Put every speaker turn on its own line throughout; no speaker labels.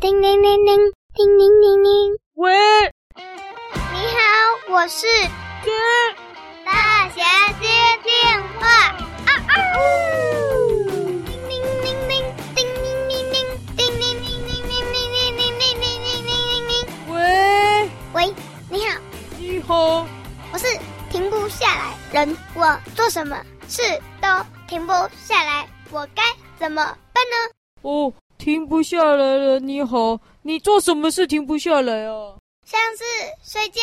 叮铃铃铃，叮铃铃铃。
喂，
你好，我是
哥，
大侠接电话。啊啊呜！叮铃铃铃，叮铃铃铃，叮铃铃铃铃铃铃铃铃铃铃铃铃。
喂，
喂，你好，
你好，
我是停不下来人，我做什么事都停不下来，我该怎么办呢？
哦，停不下来了，你好，你做什么事停不下来啊？
像是睡觉，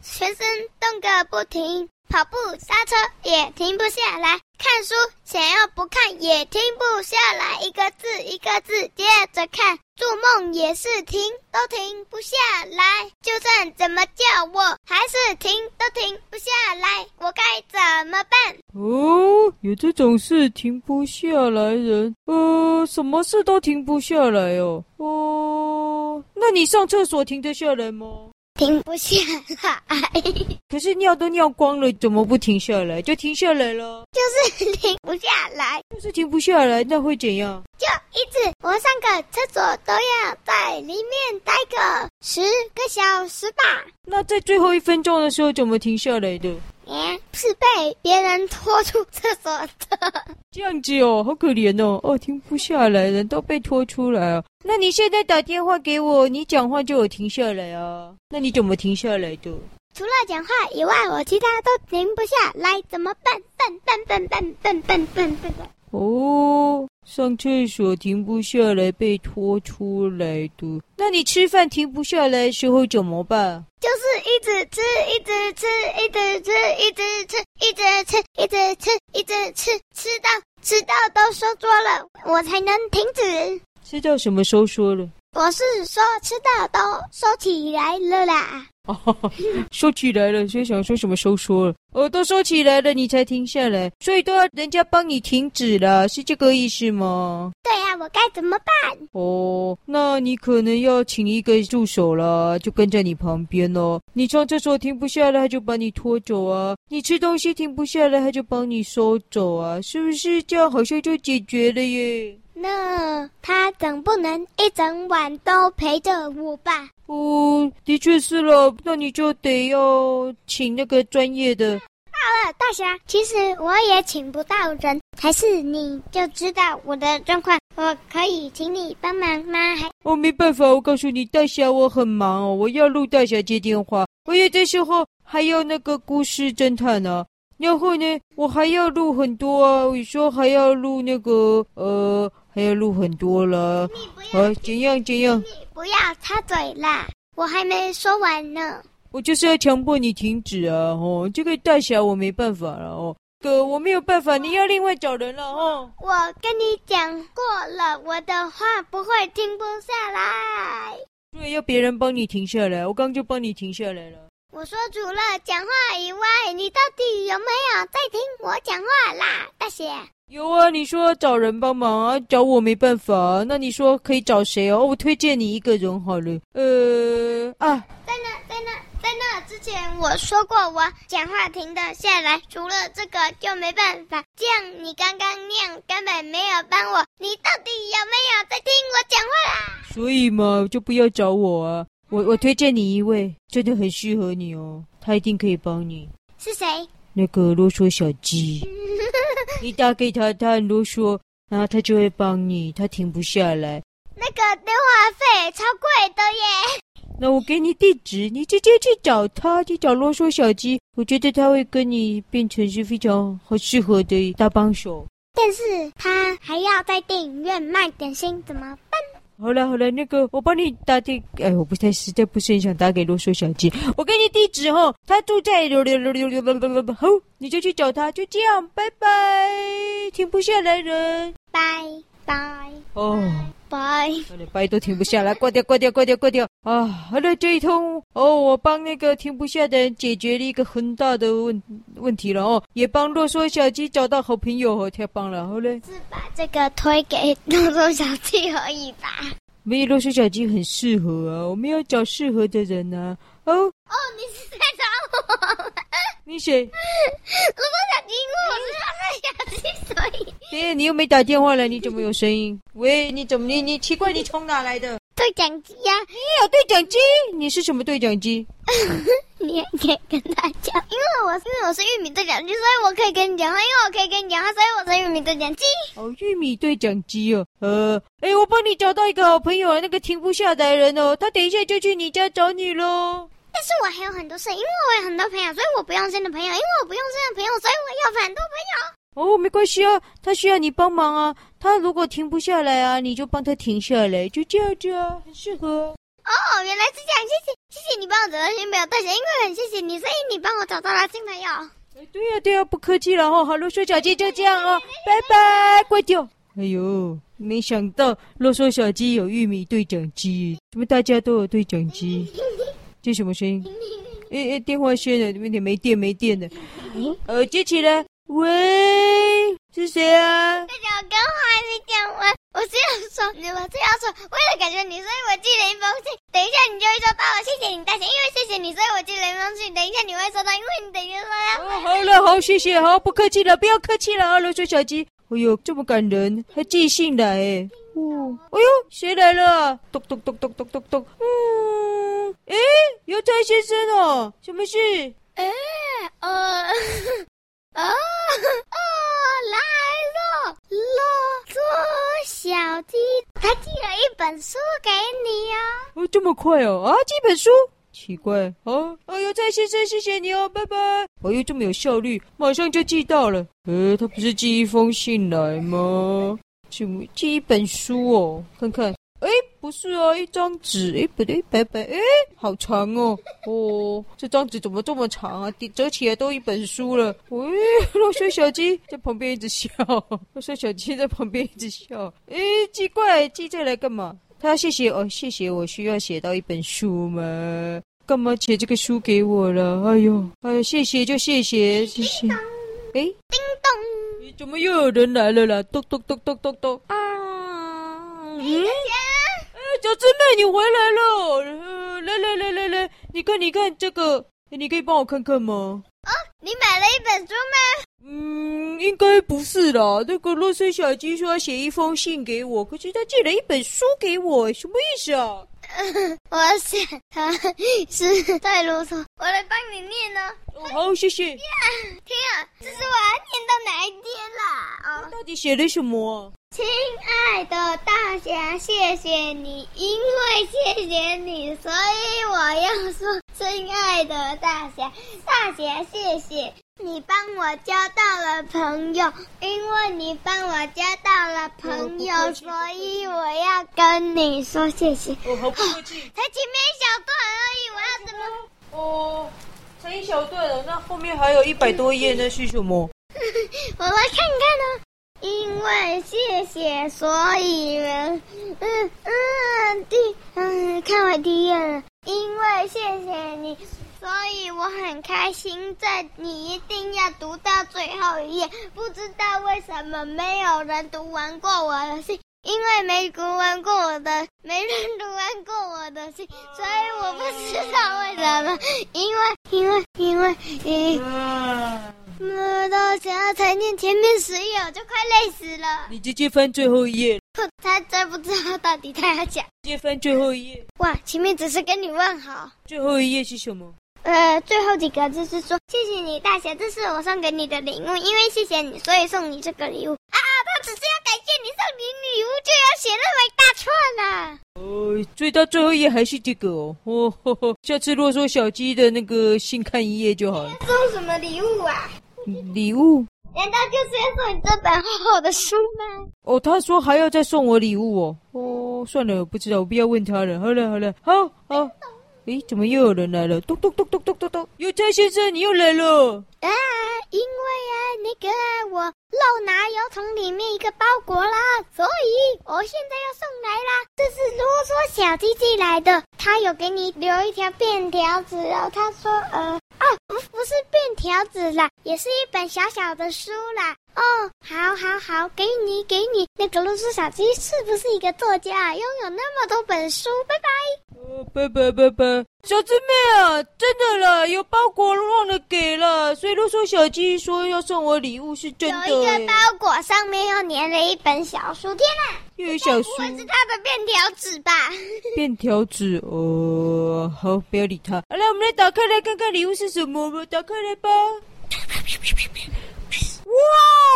全身动个不停，跑步、刹车也停不下来，看书想要不看也停不下来，一个字一个字接着看，做梦也是停，都停不下来，就算怎么叫我，还是停，都停不下来，我该怎么办？
哦，有这种事停不下来人，呃，什么事都停不下来哦。哦，那你上厕所停得下来吗？
停不下来，
可是尿都尿光了，怎么不停下来？就停下来了，
就是停不下来。
就是停不下来，那会怎样？
就一直我上个厕所都要在里面待个十个小时吧。
那在最后一分钟的时候怎么停下来的？
嗯，是被别人拖出厕所的。
这样子哦，好可怜哦，哦，停不下来，人都被拖出来啊。那你现在打电话给我，你讲话就有停下来啊？那你怎么停下来的？
除了讲话以外，我其他都停不下来，怎么办？办办办办办办办办办。
哦，上厕所停不下来，被拖出来的。那你吃饭停不下来的时候怎么办？
就是一直吃，一直吃，一直吃，一直吃，一直吃，一直吃，一直吃，吃到吃到都收桌了，我才能停止。
吃到什么收缩了？
我是说吃到都收起来了啦。
哦，收起来了，所以想说什么收缩了？哦，都收起来了，你才停下来，所以都要人家帮你停止了，是这个意思吗？
对呀、我该怎么办？
哦，那你可能要请一个助手啦，就跟在你旁边哦。你上厕所停不下来，他就把你拖走啊；你吃东西停不下来，他就帮你收走啊，是不是？这样好像就解决了耶。
那他总不能一整晚都陪着我吧？
哦，的确是了，那你就得要请那个专业的。
呃，大侠，其实我也请不到人，还是你就知道我的状况，我可以请你帮忙吗？还
哦，没办法，我告诉你，大侠我很忙哦，我要录大侠接电话，我有的时候还要那个故事侦探呢、然后呢，我还要录很多啊，我说还要录那个呃，还要录很多了，
你不要，
啊，怎样怎样，
你不要插嘴啦，我还没说完呢。
我就是要强迫你停止啊，哦，这个大侠我没办法了哦，哥我没有办法，你要另外找人了哦。
我跟你讲过了，我的话不会停不下来。
所以要别人帮你停下来，我刚刚就帮你停下来了。
我说除了讲话以外，你到底有没有在听我讲话啦，大侠？
有啊，你说找人帮忙啊，找我没办法、啊。那你说可以找谁哦？我推荐你一个人好了。呃啊，
在那，在那，在那之前，我说过我讲话停得下来，除了这个就没办法。这样你刚刚那样根本没有帮我，你到底有没有在听我讲话啊啦？
所以嘛，就不要找我啊。我我推荐你一位，真的很适合你哦，他一定可以帮你。
是谁？
那个啰嗦小鸡，你打给他，他很啰嗦，然后他就会帮你，他停不下来。
那个电话费超贵的耶！
那我给你地址，你直接去找他，去找啰嗦小鸡，我觉得他会跟你变成是非常好适合的搭帮手。
但是他还要在电影院卖点心，怎么办？
好了好了，那个我帮你打电，哎，我不太实在不是很想打给啰嗦小姐，我给你地址哈，她住在六六六六六六六六，好，你就去找她，就这样，拜拜，停不下来人
拜拜
哦，
拜！
我的拜都停不下来，挂掉挂掉挂掉挂掉啊！好了，这一通哦，我帮那个停不下的人解决了一个很大的问问题了哦，也帮啰嗦小鸡找到好朋友哦，太棒了，好嘞。
是把这个推给动动小弟而已吧？
没有啰嗦小鸡很适合啊，我们要找适合的人啊。哦，
哦，你是在找我？
你谁？
我不想听，我是要在想心所以
哎爹，你又没打电话来，你怎么有声音？喂，你怎么你你奇怪，你从哪来的？
对讲机呀、
哎你有对讲机？你是什么对讲机？
你也可以跟他讲，因为我因为我是玉米对讲机，所以我可以跟你讲话，因为我可以跟你讲话，所以我是玉米对讲机。
哦，玉米对讲机哦，呃，哎，我帮你找到一个好朋友啊，那个停不下来的人哦，他等一下就去你家找你喽。
但是我还有很多事，因为我有很多朋友，所以我不用新的朋友，因为我不用新的朋友，所以我有很多朋友。
哦，没关系啊，他需要你帮忙啊，他如果停不下来啊，你就帮他停下来，就这样子啊，很适合啊。
哦，原来是这样，谢谢谢谢你帮我找到新朋友，但是因为很谢谢你，所以你帮我找到了新朋友。
哎对呀、对呀、不客气了哦。好，啰嗦小鸡就这样哦，拜拜，关掉。哎呦，没想到啰嗦小鸡有玉米对讲机，怎么大家都有对讲机？这什么声 音？哎哎，电话线了，有点没电，没电了。呃，接起来，喂，是谁啊？
大家我跟我还没讲完，我这样说，你们这样说，为了感谢你，所以我寄了一封信。等一下你就会收到了，谢谢你大姐，因为谢谢你，所以我寄了一封信。等一下你会收到，因为你等一下收到。
哦，好了，好，谢谢，好，不客气了，不要客气了啊，啰嗦小鸡。哎呦，这么感人，还寄信来哎。哦，哎呦，谁来了？啊咚咚咚咚咚咚咚。嗯，哎，邮差先生哦，什么事？
哎，呃， 哦哦，来了，骆驼小鸡，他寄了一本书给你哦。
哦，这么快哦？啊，这本书。奇怪，哦哦，邮差先生，谢谢你哦，拜拜。哎呦，这么有效率，马上就寄到了。呃，他不是寄一封信来吗？什么寄一本书哦？看看，哎，不是啊，一张纸，哎，不对，拜拜，哎，好长哦，哦，这张纸怎么这么长啊？折起来都一本书了。喂、落水小鸡在旁边一直笑， 落水小鸡在旁边一直笑。哎，奇怪，寄这来干嘛？他谢谢哦，谢谢我需要写到一本书吗？干嘛写这个书给我了？哎呦，哎呦，谢谢就谢谢，谢谢。哎，
叮咚，
你怎么又有人来了啦？咚咚咚咚咚咚啊！嗯，
呀，
哎，小师妹，你回来了！呃来来来来来，你看你看这个，你可以帮我看看吗？
你买了一本书吗？
嗯，应该不是啦。那个洛森小鸡说要写一封信给我，可是他寄了一本书给我，什么意思啊？
我想他是太啰嗦，我来帮你念呢、哦。
哦，好，谢谢。
天啊，这是我要念到哪一天啦？哦，
到底写了什么？啊
亲爱的大侠，谢谢你，因为谢谢你，所以我要说，亲爱的大侠，大侠谢谢你帮我交到了朋友，因为你帮我交到了朋
哦不客
友，
气
所以我要跟你说谢谢。
哦，好不客气。
才前面一小段而已，我要怎么？
哦，才一小段了，那后面还有一百多页，那是什么？
我来看看呢、因为谢谢，所以人，嗯嗯，第嗯，看完第一页了。因为谢谢你，所以我很开心。在你一定要读到最后一页，不知道为什么没有人读完过我的信。因为没读完过我的，没人读完过我的信，所以我不知道为什么。因为，因为，因为，因为
啊，
摸嗯到想要才念前面十页，我就快累死了。
你直接翻最后一页，
他真不知道到底他要讲。
直接翻最后一页。
哇，前面只是跟你问好。
最后一页是什么？
呃，最后几个字是说谢谢你，大侠，这是我送给你的礼物，因为谢谢你，所以送你这个礼物。啊，他只是要感谢你送你礼物，就要写那么一大串啦。啊
哦，所以到最后一页还是这个哦。哦 吼吼，下次若说小鸡的那个信看一页就好了。
送什么礼物啊？
礼物
难道就是要送你这本厚厚的书吗？
哦，他说还要再送我礼物哦。哦，算了，我不知道，我不要问他了。好了好了，好好。诶，怎么又有人来了？咚咚咚咚咚咚咚！邮差先生，你又来了。
啊，因为啊，那个我漏拿油桶里面一个包裹啦，所以我现在要送来啦。这是啰嗦小鸡寄来的，他有给你留一条便条纸哦。他说，呃，哦，不，不是便条纸啦，也是一本小小的书啦。哦，好，好，好，给你，给你。那个啰嗦小鸡是不是一个作家啊？拥有那么多本书，拜拜。
呃，拜拜拜拜。小师妹啊，真的啦，有包裹忘了给了，所以都说小鸡说要送我礼物是真
有
的
一
欸
个。包裹上面又粘了一本小书，天哪！
又有小书
不会是他的便条纸吧？
便条纸哦，好，不要理他。好了，我们来打开来看看礼物是什么吧，打开来吧。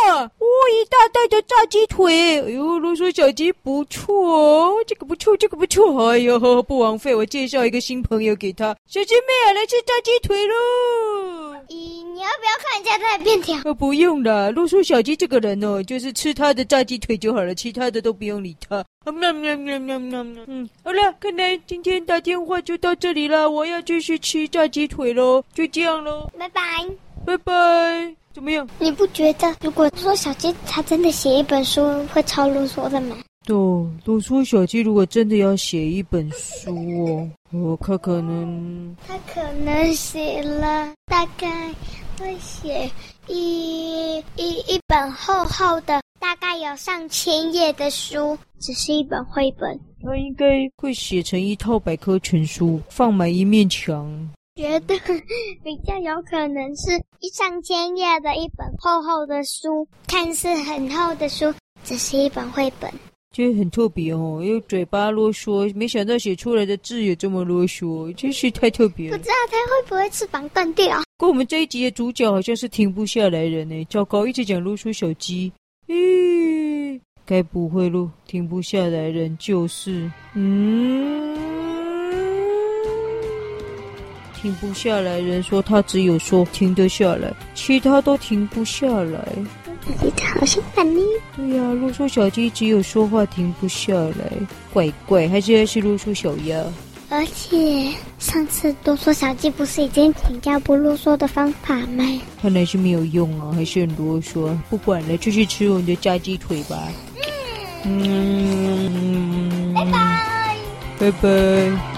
哇，哇，一大袋的炸鸡腿！哎呦，啰嗦小鸡不错哦，这个不错，这个不错。哎呦，不枉费我介绍一个新朋友给他。小鸡妹啊，来吃炸鸡腿喽！
咦，你要不要看一下他的便条？
呃，不用啦，露出小鸡这个人哦，就是吃他的炸鸡腿就好了，其他的都不用理他。啊喵喵喵喵喵喵。嗯，好了，看来今天打电话就到这里了，我要继续吃炸鸡腿喽，就这样喽，
拜拜。
拜拜。怎么样？
你不觉得，如果说小鸡它真的写一本书，会超啰嗦的吗？
哦，露出小鸡如果真的要写一本书哦，我看可能
它可能写了大概会写一一一本厚厚的，大概有上千页的书，只是一本绘本。
他应该会写成一套百科全书，放满一面墙。
觉得 比较有可能是一上千页的一本厚厚的书，看似很厚的书，只是一本绘本。
这很特别哦，因为嘴巴啰嗦，没想到写出来的字也这么啰嗦，真是太特别
不
了
知。道它会不会翅膀断掉？
跟我们这一集的主角好像是停不下来人呢，糟糕，一直讲啰嗦小鸡，咦，该不会咯，停不下来人就是，嗯，停不下来人说他只有说停得下来，其他都停不下来。
小鸡好像反呢。
对呀、露出小鸡只有说话停不下来，怪怪，还是是露出小鸭。
而且上次哆嗦小鸡不是已经请教不啰嗦的方法吗？
看来是没有用啊，还是很啰嗦。不管了，就去吃我们的炸鸡腿吧。嗯，拜拜，拜拜。